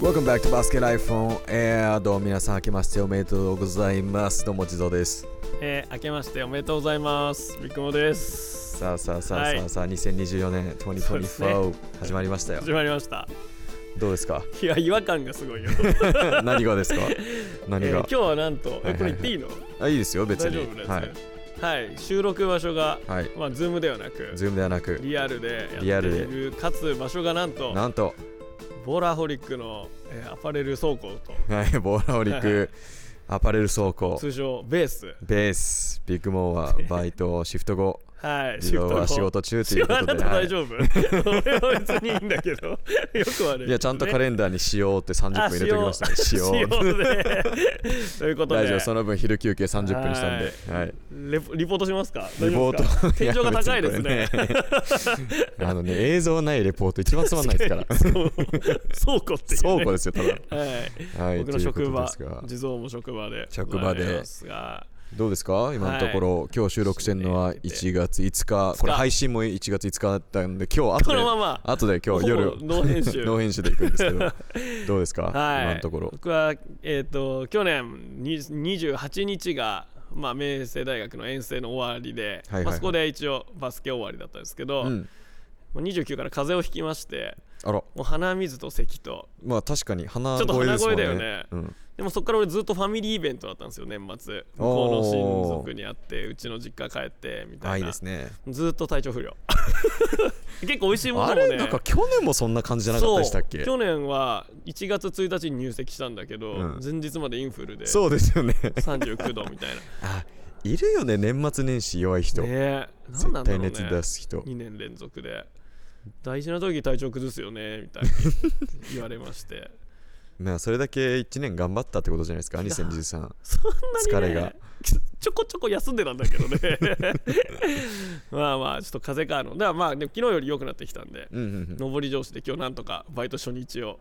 Welcome back to Basket iPhone Air どうも皆さん、明けましておめでとうございます。どうも、地蔵です。えー、明けましておめでとうございます。みくもです。さあさあさあはいさあさあ、2024年そうですね2024、始まりま したよ。始まりました。どうですかいや、違和感がすごいよ。何が ですか何えーが今、日はなんと、はいはいえはいこれ言っていいのあいいですよ、別大丈に夫。ですはい。はい、収録場所が、はい。まあ、ズームではなく、ズームではなく、リアルでリやアってルでいる、かつ場所がなんと、なんと、ボラホリックの、えーアパレル倉庫はい、ボーラオリはいはク、アパレル倉庫と、、通称ベース、ベース、ビッグモーはバイト、 シフト後、はい、地蔵は仕事中と仕いう事こあとなで。たは大い丈夫 俺は別にいいんだけど、よ くある。いや、ちゃんとカレンダーにしようって30分あ入れておきましたね。しよ塩う。塩で。ということで、大丈夫、その分昼休憩30分にしたんで。はい。レポリポートしますかレポ大丈夫ですート。天井が高いですねや。別にこれ あのね、映像ないレポート一番つまんないですから。 か倉庫っていう、ね、倉庫ですよ、ただ。はい、はい、僕のという職ことで場すが地蔵も職場で職場でございますがどうですか今のところ、今日収録してるのは1月5日。これ配信も1月5日だったんで、今日後こでの、まま後で今日ほ夜ぼ、ノー編集ノー編集で行くんですけど、どうですか はい今のところ。僕はえっ、と去年に28日がまあ明星大学の遠征の終わりで、はいはいはいまあ、そこで一応バスケ終わりだったんですけど、うん。まあ29から風邪をひきましてあら、もう鼻水と咳とまあ確かに鼻ちょっと声鼻ですも声んだよね。ねうんでもそこから俺ずっとファミリーイベントだったんですよ年末向こうの親族に会ってうちの実家帰ってみあ、たいいいなですね。ずっと体調 不良結構美味しいものあもねれなんか去年もそんな感じじゃなかったでしたっけそう去年は1月1日に入籍したんだけど、うん前日までインフルでそうですよね39度みたい あいるよね年末年始弱い人、なねえ何な絶んだろ対うね熱出す人2年連続で大事な時体調崩すよねみたい に言われましてまあそれだけ1年頑張ったってことじゃないですかいや2013そんなに、ね、疲れがちょこちょこ休んでたんだけどね まあまあちょっと風邪かのだからまあでも昨日より良くなってきたんでうんうんうん上り調子で今日なんとかバイト初日を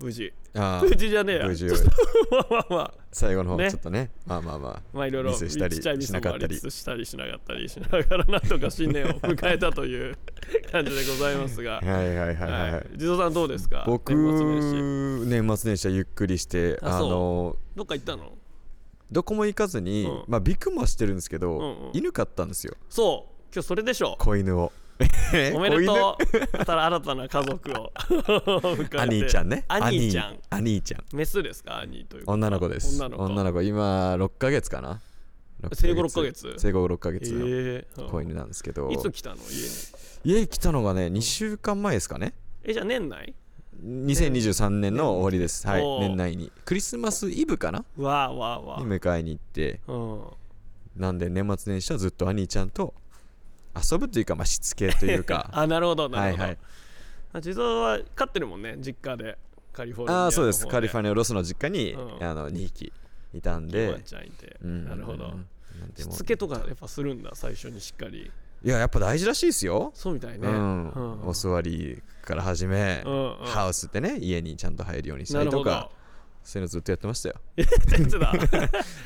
無事 あ無ー事じゃねえや無事ちょっと まあまあまあ最後の方ねちょっとねまあまあまあまあいろいろミスしたりちっちゃいミスもあしなかったりりつつしたりしなかったりしながらなんとか新年を 迎えたという感じでございますがはいはいはいはい、はい地蔵さんどうですか僕年末年始年末年始はゆっくりしてああそうのどっか行ったのどこも行かずに、うんまあビクもしてるんですけど、うんうん犬飼ったんですよそう今日それでしょ子犬を おめでとう新 新たな家族を 迎えてアニーちゃんねアニーちゃんアニーちゃんメスですかアニーという女の子です女の子今6ヶ月かな6ヶ月生後6ヶ月生後6ヶ月のえーうん子犬なんですけど、いつ来たの家に家に来たのがね2週間前ですかねえじゃあ年内2023年の終わりです、はい、おー年内にクリスマスイブかなわあわあわあに迎えに行ってうんなんで年末年始はずっと兄ちゃんと遊ぶというか、まあ、しつけというか あなるほどなはいるほど、はいあ地蔵は飼ってるもんね実家でカリフォルニアのあ方あそうですカリフォニルニアロスの実家に、うんあの2匹いたんでワンちゃんいて、うんなるほどなんでしもつけとかやっぱするんだ最初にしっかりいややっぱ大事らしいですよそうみたいね、うんうんお座りから始め、うんうんハウスってね家にちゃんと入るようにしたなりるとほかどそういうのずっとやってましたよ 全然だ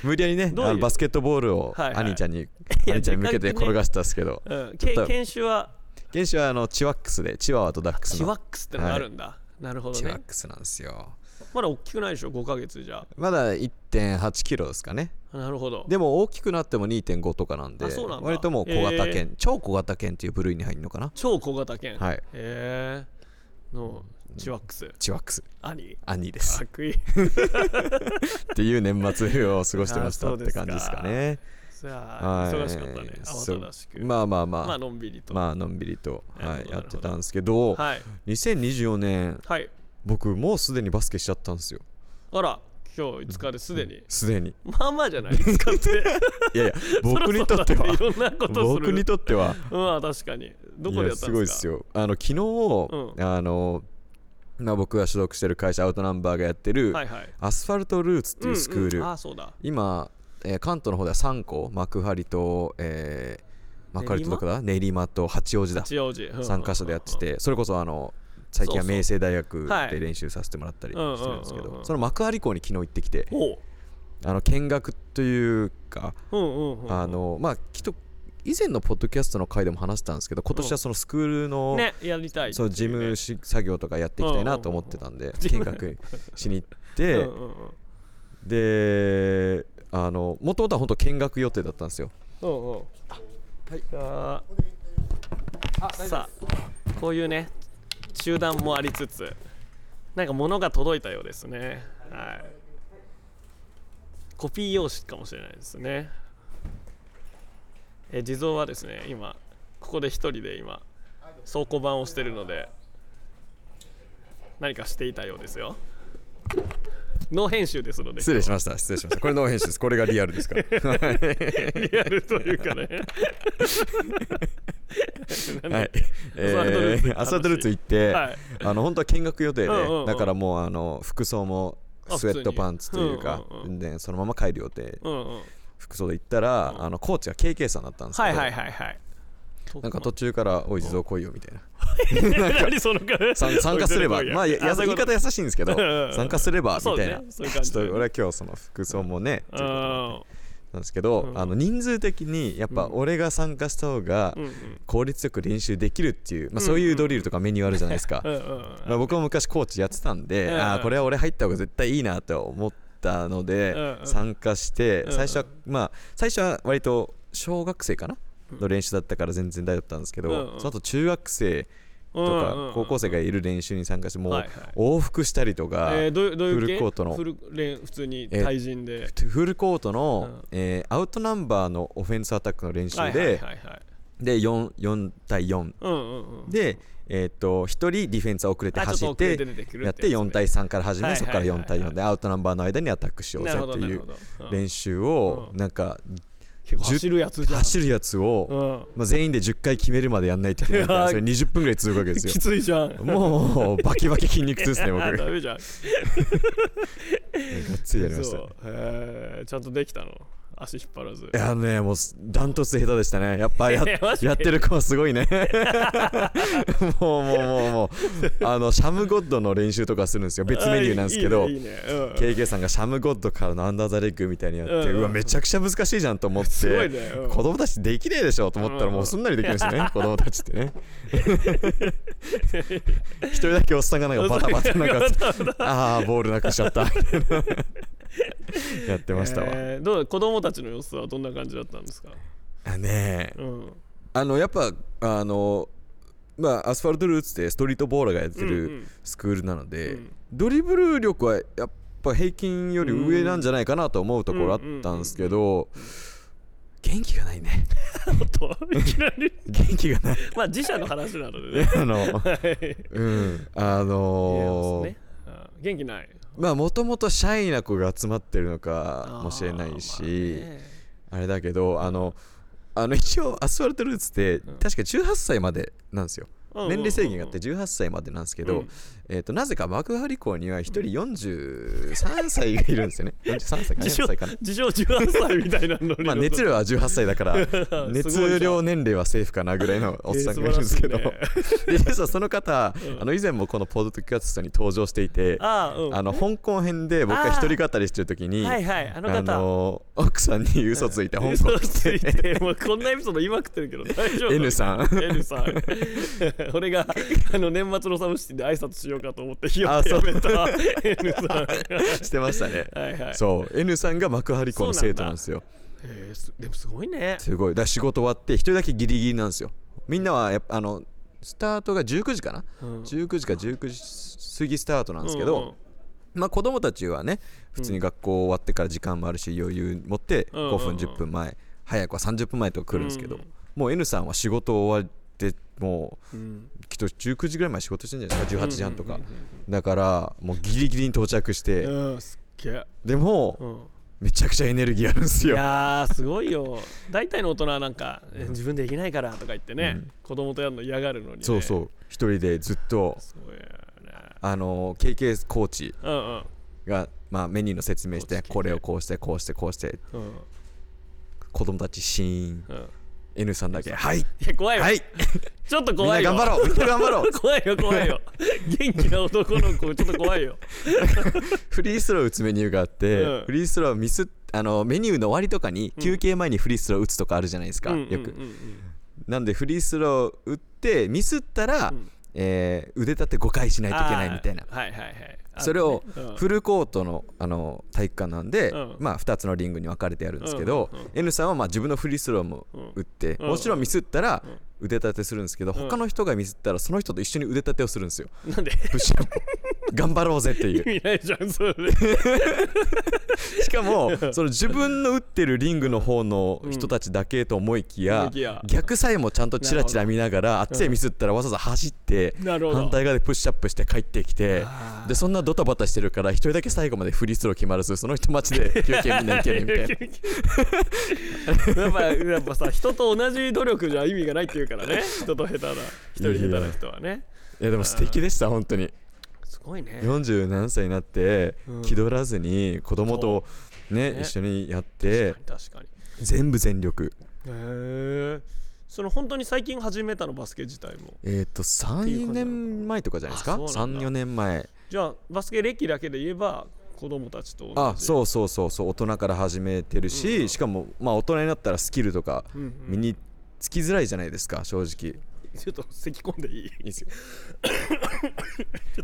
無理やりねどういうあのバスケットボールをはいはい兄ちゃんに、や兄ちゃんに向けてでかいね転がしたんですけどうんちょっけと犬種は原始はあのチワックスでチワワとダックスチのワックスってのがあるんだ、なるほどチワねックスなんですよまだ大きくないでしょ5ヶ月じゃまだ1 8キロですかねあなるほどでも大きくなっても2.5とかなんであそうなんだ割ともう小型犬、超小型犬っていう部類に入るのかな超小型犬はいへえのチワックスチワックス兄兄ですかっこいいっていう年末を過ごしてましあたそっうてです感かじですかねさはあい忙しかったねそう慌ただしくまあまあまあ、まあのんびりと、まあのんびりと、なはるほい、どやってたんですけど、はい2024年はい僕もうすでにバスケしちゃったんですよあら今日5日ですでに、すでにまあまあじゃないですかっていやい や 僕にとってはそろそろだっていろんなことする僕にとってはまあ確かにどこでやったいやすんですかごいですよよあの昨日、んあの、まあ、僕が所属してる会社アウトナンバーがやってる、はいはいアスファルトルーツっていうスクール、んんあそうだ今、えー関東の方では3校幕張と、えー幕張とどこだ練馬と八王子だ八王子、うんうんうん3カ所でやっててそれこそあの最近は明星大学はいで練習させてもらったりしてるんですけうんうんうんどうんその幕張校に昨日行ってきておうあの見学というかうんうんうんあのまあきっと以前のポッドキャストの回でも話したんですけど今年はそのスクールの、ねやりたいそう事務しし作業とかやっていきたいなと思ってたんで見学しに行って、うんうんうんであの元々は本当見学予定だったんですようんうんはいじゃあさあこういうね中断もありつつなんか物が届いたようですねはいコピー用紙かもしれないですねえ地蔵はですね今ここで一人で今倉庫版をしてるので何かしていたようですよノー編集ですので失礼しました失礼しましたこれの編集ですこれがリアルですから リアルというかね。 はい、えアスファルトルーツー、アスファルトルーツ行って、はいあの本当は見学予定で、うんうんうんだからもうあの服装もあスウェットパンツというか普通にうんでそのまま帰る予定うんうん。服装で行ったら、あのコーチが KK さんだったんですけはど、いはいはいはい。なんか途中から「おい 地蔵来いよ」みたいな何 その顔さん参加すればおいまあややそ言ういういこ方と優しいんですけどうんうん参加すればみたいそうねな、そういう感じちょっと俺は今日その服装もね、ちょっとなんですけど、うんあの人数的にやっぱ俺が参加した方がうんうん効率よく練習できるっていう、まあ、んそういうドリルとかメニューあるじゃないですか、うんうんまあ、僕も昔コーチやってたんで、うんうんああこれは俺入った方が絶対いいなと思ったので、うんうん参加してうんうん最初は、まあ最初は割と小学生かなの練習だったから全然大丈夫だったんですけど、うんうんその後中学生うとんうんか高校生がいる練習に参加してもはいうはい往復したりとか、えーどういうどういう系フルコートのフルレン普通に対人でフルコートの、うんえーアウトナンバーのオフェンスアタックの練習で、はいはいはいはいで 4, 4対4うんうんうんで、えー、と1人ディフェンスは遅れてあち走ょっとっ遅れてて出てくるやって4対3から始め、はいはいそはこいから4対4でアウトナンバーの間にアタックしようぜなるほどってないるうほどうん練習をなんか結構走るやつじゃん走るやつを、うんまあ、全員で10回決めるまでやんないといけない からそれ20分ぐらい続くわけですよきついじゃ んもうバキバキ筋肉痛ですね 僕あがダメじゃんっつりやりましたねそうへーちゃんとできたの足引っ張らずいやねもうダントツで下手でしたねやっ ぱやマジでやってる子はすごい ね もうもうもうもうあのシャムゴッドの練習とかするんですよ別メニューなんですけどあいいねいいねうん KK さんがシャムゴッドからのアンダーザレッグみたいにやって、ううんわめちゃくちゃ難しいじゃんと思ってすごいねうん子供たちできねえでしょと思ったらもうすんなりできましたね、子供たちってね一人だけおっさんがなんかバタバタなんか ああボールなくしちゃった やってましたわ、 えーどう子供たちの様子はどんな感じだったんですか、あねえうん、あのやっぱあのまあアスファルトルーツでストリートボーラーがやってうんうるんスクールなので、うんドリブル力はやっぱ平均より上なんじゃないかなと思うところあったんですけど、元気がない ねおっといきなり 元気がないまあ自社の話な のでねあのはいうんあのーねあ元気ないまあもともとシャイな子が集まってるのあかーもしれないし、まあねあれだけどあのあの一応アスファルトルーツって確か18歳までなんですよ、うんうんうんうん年齢制限があって18歳までなんですけど、うんえー、となぜか幕張校には1人43歳がいるんですよね43歳か自称4歳かな自称18歳みたいなのにまあ熱量は18歳だから 熱量年齢はセーフかなぐらいのおっさんがいるんですけど、 えー素 晴で実はその方、あの以前もこのポッドキャストに登場していてあーうんあの香港編で僕が一人語りしてる時にはいはいあの方あの奥さんに嘘ついて香港嘘ついてもうこんなエピソード言いまくってるけど大丈夫 N さん N さん 俺があの年末のサムシティで挨拶しようかと思ってひよあってそやうめた N さ んしてましたねはいはいそう、N さんが幕張校の生徒なんですよ。えーすでもすごいねすごい。だから仕事終わって、一人だけギリギリなんですよ。みんなはやっぱ、あの、スタートが19時かな、うん ?19 時か19時過ぎスタートなんですけど、うんうんまあ子供たちはね、普通に学校終わってから時間もあるし、余裕持ってうんうん5分、10分前、早くは30分前とか来るんですけど、うんうんもう N さんは仕事終わって、もう、うんきっと19時ぐらいまで仕事してるんじゃないですか、18時半とか。うんうんうんだから、もうギリギリに到着して、うんすっげえ、でも、うん、めちゃくちゃエネルギーあるんですいよ。やーすごいよ大体の大人はなんかえ自分でできないからとか言ってね、うん子供とやるの嫌がるのに、ね、そうそう一人でずっとすごいよねあの KK コーチうんうんが、まあ、メニューの説明しコーてチ KK これをこうしてこうしてこうしてうん子供たちシーンうん N さんだけはいいや怖いわ、はいちょっとみん怖ないよ頑張ろうみんな頑張ろう 怖いよ怖いよ元気な男の子ちょっと怖いよフリースロー打つメニューがあって、うんフリースローミスっあのメニューの終わりとかに休憩前にフリースロー打つとかあるじゃないですか、うんうんようくんうんなんでフリースロー打ってミスったら、うんえー腕立て5回しないといけないみたいなあーはいはいはいそれをあのねうんフルコートのあの体育館なんで、うんまあ、2つのリングに分かれてやるんですけど、うんうんうん N さんはまあ自分のフリースローもうん打って、うんもちろんミスったらうん腕立てするんですけど、ん他の人がミスったらその人と一緒に腕立てをするんですよ。なんでプッシュアップ頑張ろうぜっていう意味ないじゃんそれしか もその自分の打ってるリングの方の人たちだけと思いきや,、思いきや逆さえもちゃんとチラチラ見ながらあっちへミスったらわざわざ走ってなるほど反対側でプッシュアップして帰ってきてあーでそんなドタバタしてるから一人だけ最後までフリースロー決まらずその人待ち で休憩みんな行けるみたいなやっぱやっぱさ人と同じ努力じゃ意味がないって言うからね人と下手な一人下手な人はねいやでも素敵でした本当にすごいね47歳になってうん気取らずに子供とねね一緒にやって確かに全部全力へえその本当に最近始めたのバスケ自体もえっという34感じなのか年前とかじゃないですかあそうなんだ34年前じゃあバスケ歴だけで言えば子供たちと同じあう、そうそうそうそう大人から始めてるし、しかもまあ大人になったらスキルとかうんう身ん、につきづらいじゃないですか正直ちょっと咳込んでいいいいっすよ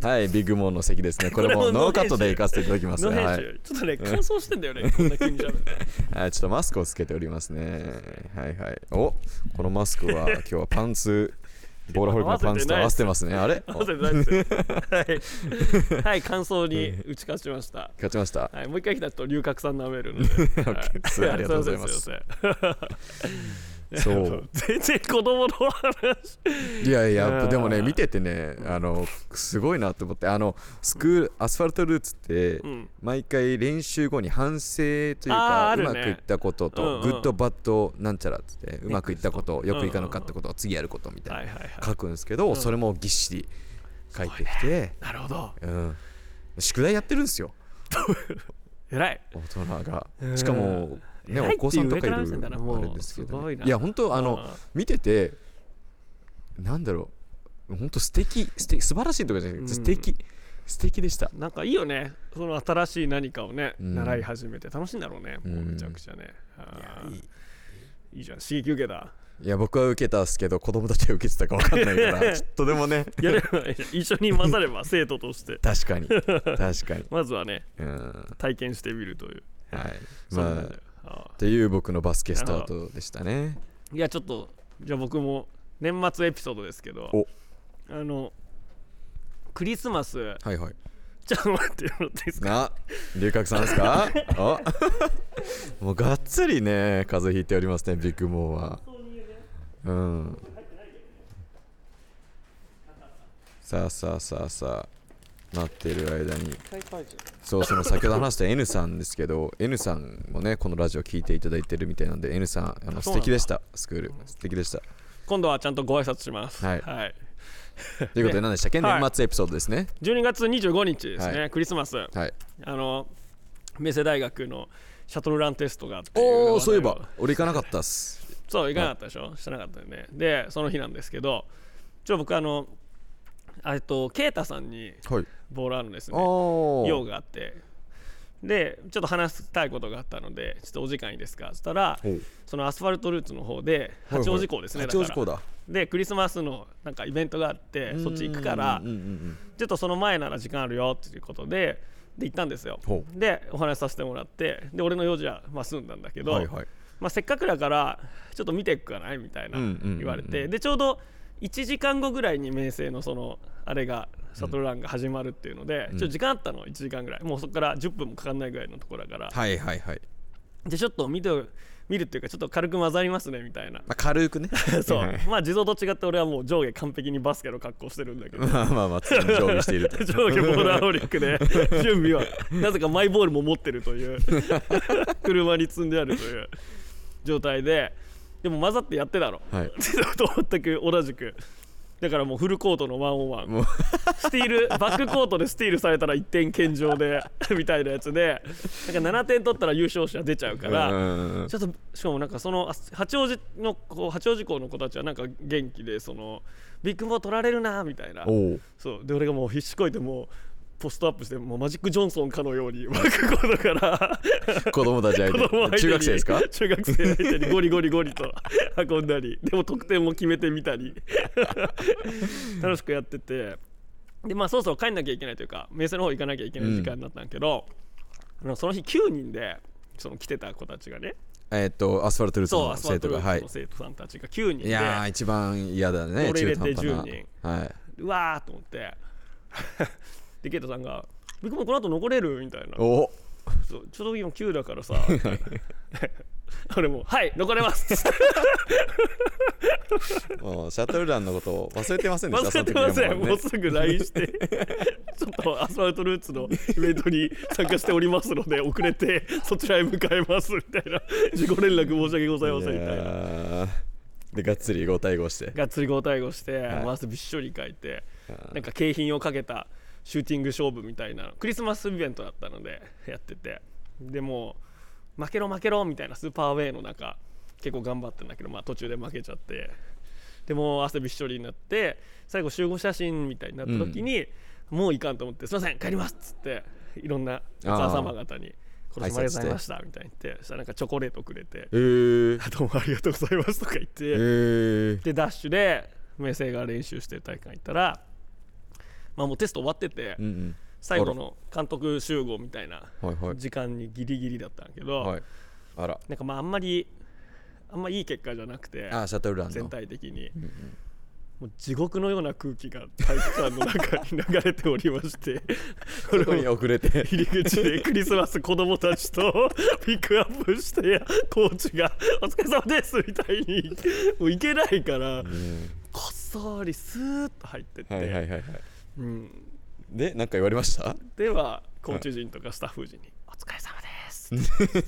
はいビッグモンの席です ねこれこもれもノーカットで行かせていただきますのね編集、はい、ちょっとね乾燥してんだよねこんな急 に喋ってはい、ちょっとマスクをつけておりますねはいはいおこのマスク は今日はパンツボーラホリックのパンツと合わせてますねあれ合わせてないですよはい、はい、感想に打ち勝ちました勝ちましたはい、もう一回来たと龍角さん舐 めるので、すはいありがとうございますすいませんすいませんそういやも全然子供の話いやいややっうぱんでもね見ててねあのすごいなと思ってあのスクールアスファルトルーツって、うん毎回練習後に反省というあーかあうるねまくいったことと、うんうんグッドバッドなんちゃらっつってうまくいったことうんうんよくいかなかったこと次やることみたいな、はいはいはい書くんですけど、それもぎっしり書いてきて、なるほどうん、宿題やってるんですよ偉い大人がうんしかも、ね、偉いおってい子さうんとかいる上から目線だなもうあれですけどすね、ごいないや本当あのうん見ててなんだろう本当素敵素敵素晴らしいとかじゃなくて、素敵素敵でしたなんかいいよねその新しい何かをね、うん習い始めて楽しいんだろうねもううんめちゃくちゃね、あーいいじゃん刺激受けたいや僕は受けたっすけど子供たちは受けてたか分かんないから ちょっとでもね やれば一緒に混ざれば生徒として 確 かに確かにまずはねうん体験してみるというはいそうなまんだあよあっていう僕のバスケスタートでしたねーいやちょっとじゃあ僕も年末エピソードですけどおあのクリスマスはいはいちょっと待ってよろしいですかな龍角さんです かお もうがっつりね風邪ひいておりますねビッグモーはうんさあさあさあさあ待ってる間にそうその先ほど話した N さんですけど N さんもねこのラジオ聞いていただいてるみたいなんで N さんあのそ素うなんだ敵でしたスクール素敵でした今度はちゃんとご挨拶しますはいはい、ということで何でしたっけ はい年末エピソードですね12月25日ですね、はクリスマスはいあの明星大学のシャトルランテストがあっておおそういえば俺行かなかったっすそう行かなかったでしょ、してなかったよねでその日なんですけどちょ僕あのえっと啓太さんにはいボーラーのですねお用おがあってでちょっと話したいことがあったのでちょっとお時間いいですかそしたらおうそのアスファルトルーツの方で八王子港ですね、八王子港だだからでクリスマスのなんかイベントがあってそっち行くからうんうんうんうんちょっとその前なら時間あるよっていうことでで行ったんですよほうでお話しさせてもらってで俺の用事はまあ済んだんだけど、はいはいまあ、せっかくだからちょっと見ていくかないみたいなうんうんうんうん言われて、でちょうど1時間後ぐらいに明星のそのあれがシャトルランが始まるっていうので、んちょっと時間あったの1時間ぐらいもうそこから10分もかかんないぐらいのところだから、はいはいはい、でちょっと見て見るっていうかちょっと軽く混ざりますねみたいなまあ、軽くね そう、はいまあ地蔵と違って俺はもう上下完璧にバスケの格好してるんだけどまあまあまあ常に常備してい ると上下ボーラーホリックで準備はなぜかマイボールも持ってると いう車に積んであるという状態ででも混ざってやってたのはい 全く同じくだからもうフルコートのワンオンワもンうスティールバックコートでスティールされたら1点献上で みたいなやつでなんか7点取ったら優勝者出ちゃうから、うんうんうんちょっとしかもなんかそのあ八王子のこう八王子校の子たちはなんか元気でそのビッグボー取られるなみたいなおうそうで俺がもう必死こいてもうポストアップしてもうマジック・ジョンソンかのように巻くことから子供たち相 子供相手手に中学生ですか中学生相手にゴリゴリゴリと運んだりでも得点も決めてみた り楽しくやっててでまあそろそろ帰んなきゃいけないというか名声の方行かなきゃいけない時間になったんだけど、あのその日9人でその来てた子たちがねえーっとアスファルトルートそうアのスファル生ト徒ルがーはツいの生徒さんたちが9人でいやー一番嫌だね俺入れ中て途半端な10はいうわーと思って でケイトさんが「僕もこの後残れる?」みたいな おそうちょうど今9だか らさ俺も「はい残れます」もうシャトルランのことを忘れてませんでした 忘れてませんその時はもうねもうすぐ LINE して ちょっとアスファルトルーツのイベントに参加しておりますので遅れてそちらへ向かいますみたいな自己連絡申し訳ございませんみたいいやなーでがっつり5対5してがっつりご対応して、いもう汗びっしょりかいてなんか景品をかけたシューティング勝負みたいなクリスマスイベントだったので やっててでもう負けろ負けろみたいなスーパーウェイの中結構頑張ったんだけど、まあ、途中で負けちゃってでもう汗びっしょりになって最後集合写真みたいになった時に、もういかんと思って「すいません帰ります」っつっていろんなお母様方に「今年もありがとうございました」みたいに言ってそしたらなんかチョコレートくれてえー「どうもありがとうございます」とか言って。えーでダッシュで明星が練習してる大会行ったら、まあ、もうテスト終わってて、うん最後の監督集合みたいなうんはいはい時間にギリギリだったんだけど、はいあらなんかまああんまりあんまいい結果じゃなくてあシャトルランの全体的に、もう地獄のような空気が体育館の中に流れておりまして そこに遅れて 入り口でクリスマス子供たちとピックアップしてコーチが「お疲れ様です」みたいにもう行けないから、こっそりスーッと入ってって、はいはいはいはいうん、で何か言われましたではコーチ陣とかスタッフ陣に「お疲れ様です」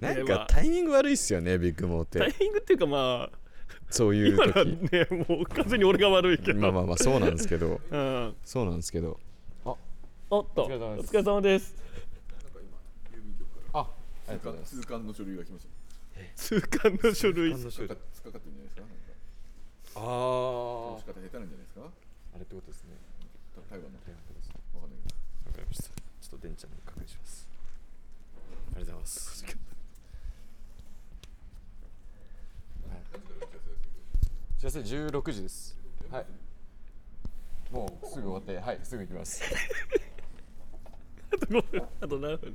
なんかタイミング悪いっすよねビッグモーっタイてミングっていうかまあそういう今のはね時もう完全に俺が悪いけど、まあまあまあそうなんですけどうん、そうなんですけどおっとおお疲れ様です疲れ様ですあありがとうございます通関の書類が来まし通関の書類た。突っかかってるんじゃないですか。なんかあ押し方下手なんじゃないですか。あれってことですねた台湾の。わかんないけど。わかりました。ちょっと電ちゃんに確認します。ありがとうございます。打ち合わせ16時です。はい。もうすぐ終わって、はい、すぐ行きます。あと5分あと何分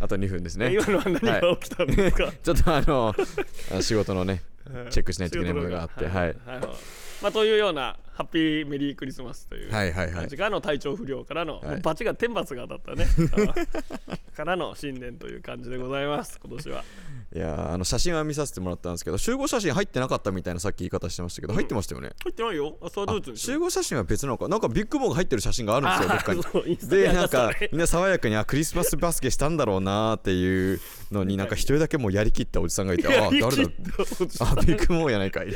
あと2分 ですね。今のは何が起きたんですか、ちょっとあの、あ仕事のね、チェックしないといけないものがあって、はい。はいはいまあ、というようなハッピーメリークリスマスというはいはいは感いじ。があの体調不良からの、いもうバチが天罰が当た ったねからの新年という感じでございます今年は、いやーあの写真は見させてもらったんですけど、集合写真入ってなかったみたいなさっき言い方してましたけど、入ってましたよね。入ってないよアスワルトルーツ集合写真は別なのかなんかビッグボーが入ってる写真があるんですよどっかにあーそうインスタにで上がなっんたねかみんな爽やかにあクリスマスバスケしたんだろうなーっていうのになんか一人だけもうやりきったおじさんがい てああー誰だあビッグモーやないか いビ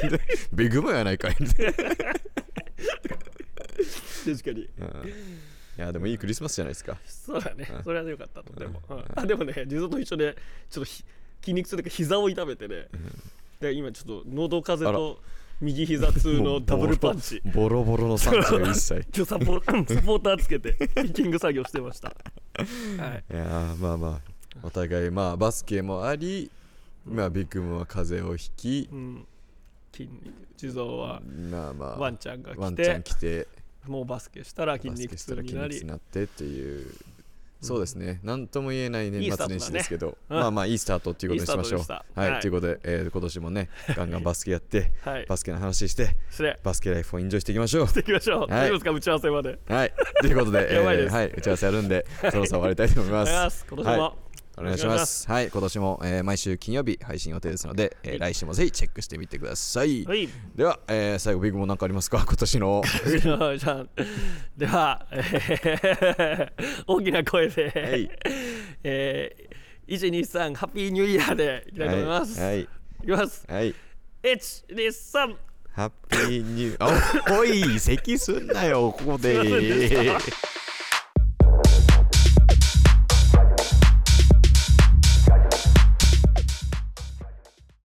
ッグモーやないかいい確かにやでもいいクリスマスじゃないですかそうだねそれは良かったとても、うんあでもね地蔵と一緒でちょっとひ筋肉痛というか膝を痛めてね、で今ちょっと喉風邪と右膝痛ものうダブルパンチボロボロボロの31歳今日サポサポーターつけてピッキング作業してま したはいいやーまあまあお互いまあバスケもありまあビッグモーは風邪をひきうん、筋肉地蔵はまあまあワンちゃんがワ来ンちゃてん来てもうバスケしたら筋バス肉ケした痛らに筋な肉痛りになってっていう、そうですね何とも言えないいい年スタ末ートだね年始ですけどうんまあまあいいスタートっていうことにしましょういいスタートでしたはい、はいということで、えー今年もねガンガンバスケやって、はいバスケの話してそれバスケライフをエンジョイしていきましょう行きましょう、い大丈夫ですか打ち合わせまではいということ でやばいですえーはい、打ち合わせやるんで、そろそろ終わりたいと思いまお す願いします今年も、はいお願いしますはい今年も、えー毎週金曜日配信予定ですので、えー来週もぜひチェックしてみてください、はいでは、えー最後ビッグも何かありますか今年のじゃあじゃあ では、えー大きな声で、いえー、123ハッピーニューイヤーでいきたいと思います、、はいいきますはい、はい123ハッピーニュー。あ、おい、咳すんなよ、ここで。